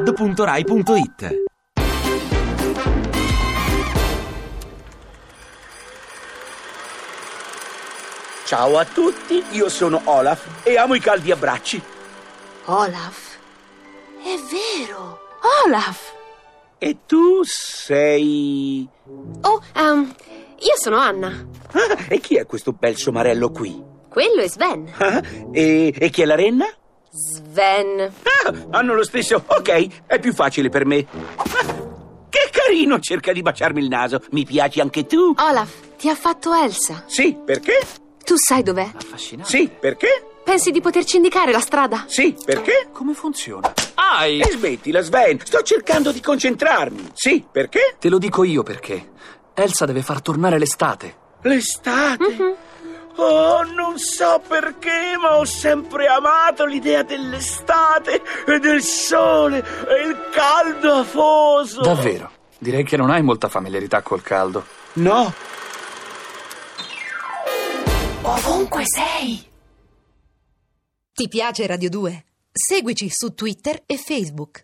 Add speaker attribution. Speaker 1: radio2pod.rai.it
Speaker 2: Ciao a tutti, io sono Olaf e amo i caldi abbracci.
Speaker 3: Olaf? È vero! Olaf!
Speaker 2: E tu sei...
Speaker 3: Oh, ehm, io sono Anna.
Speaker 2: Ah, e chi è questo bel somarello qui?
Speaker 3: Quello è Sven.
Speaker 2: Ah, e, e chi è la renna?
Speaker 3: Sven.
Speaker 2: Ah, hanno lo stesso. Ok, è più facile per me. Ah, che carino, cerca di baciarmi il naso. Mi piaci anche tu?
Speaker 3: Olaf, ti ha fatto Elsa.
Speaker 2: Sì, perché?
Speaker 3: Tu sai dov'è?
Speaker 1: Affascinante.
Speaker 2: Sì, perché?
Speaker 3: Pensi di poterci indicare la strada?
Speaker 2: Sì, perché?
Speaker 1: Come funziona? Ai!
Speaker 2: E smettila, Sven. Sto cercando di concentrarmi. Sì, perché?
Speaker 1: Te lo dico io perché. Elsa deve far tornare l'estate.
Speaker 2: L'estate. Oh, non so perché, ma ho sempre amato l'idea dell'estate e del sole e il caldo afoso.
Speaker 1: Davvero. Direi che non hai molta familiarità col caldo.
Speaker 2: No,
Speaker 3: Ovunque sei!
Speaker 4: Ti piace Radio 2? Seguici su Twitter e Facebook.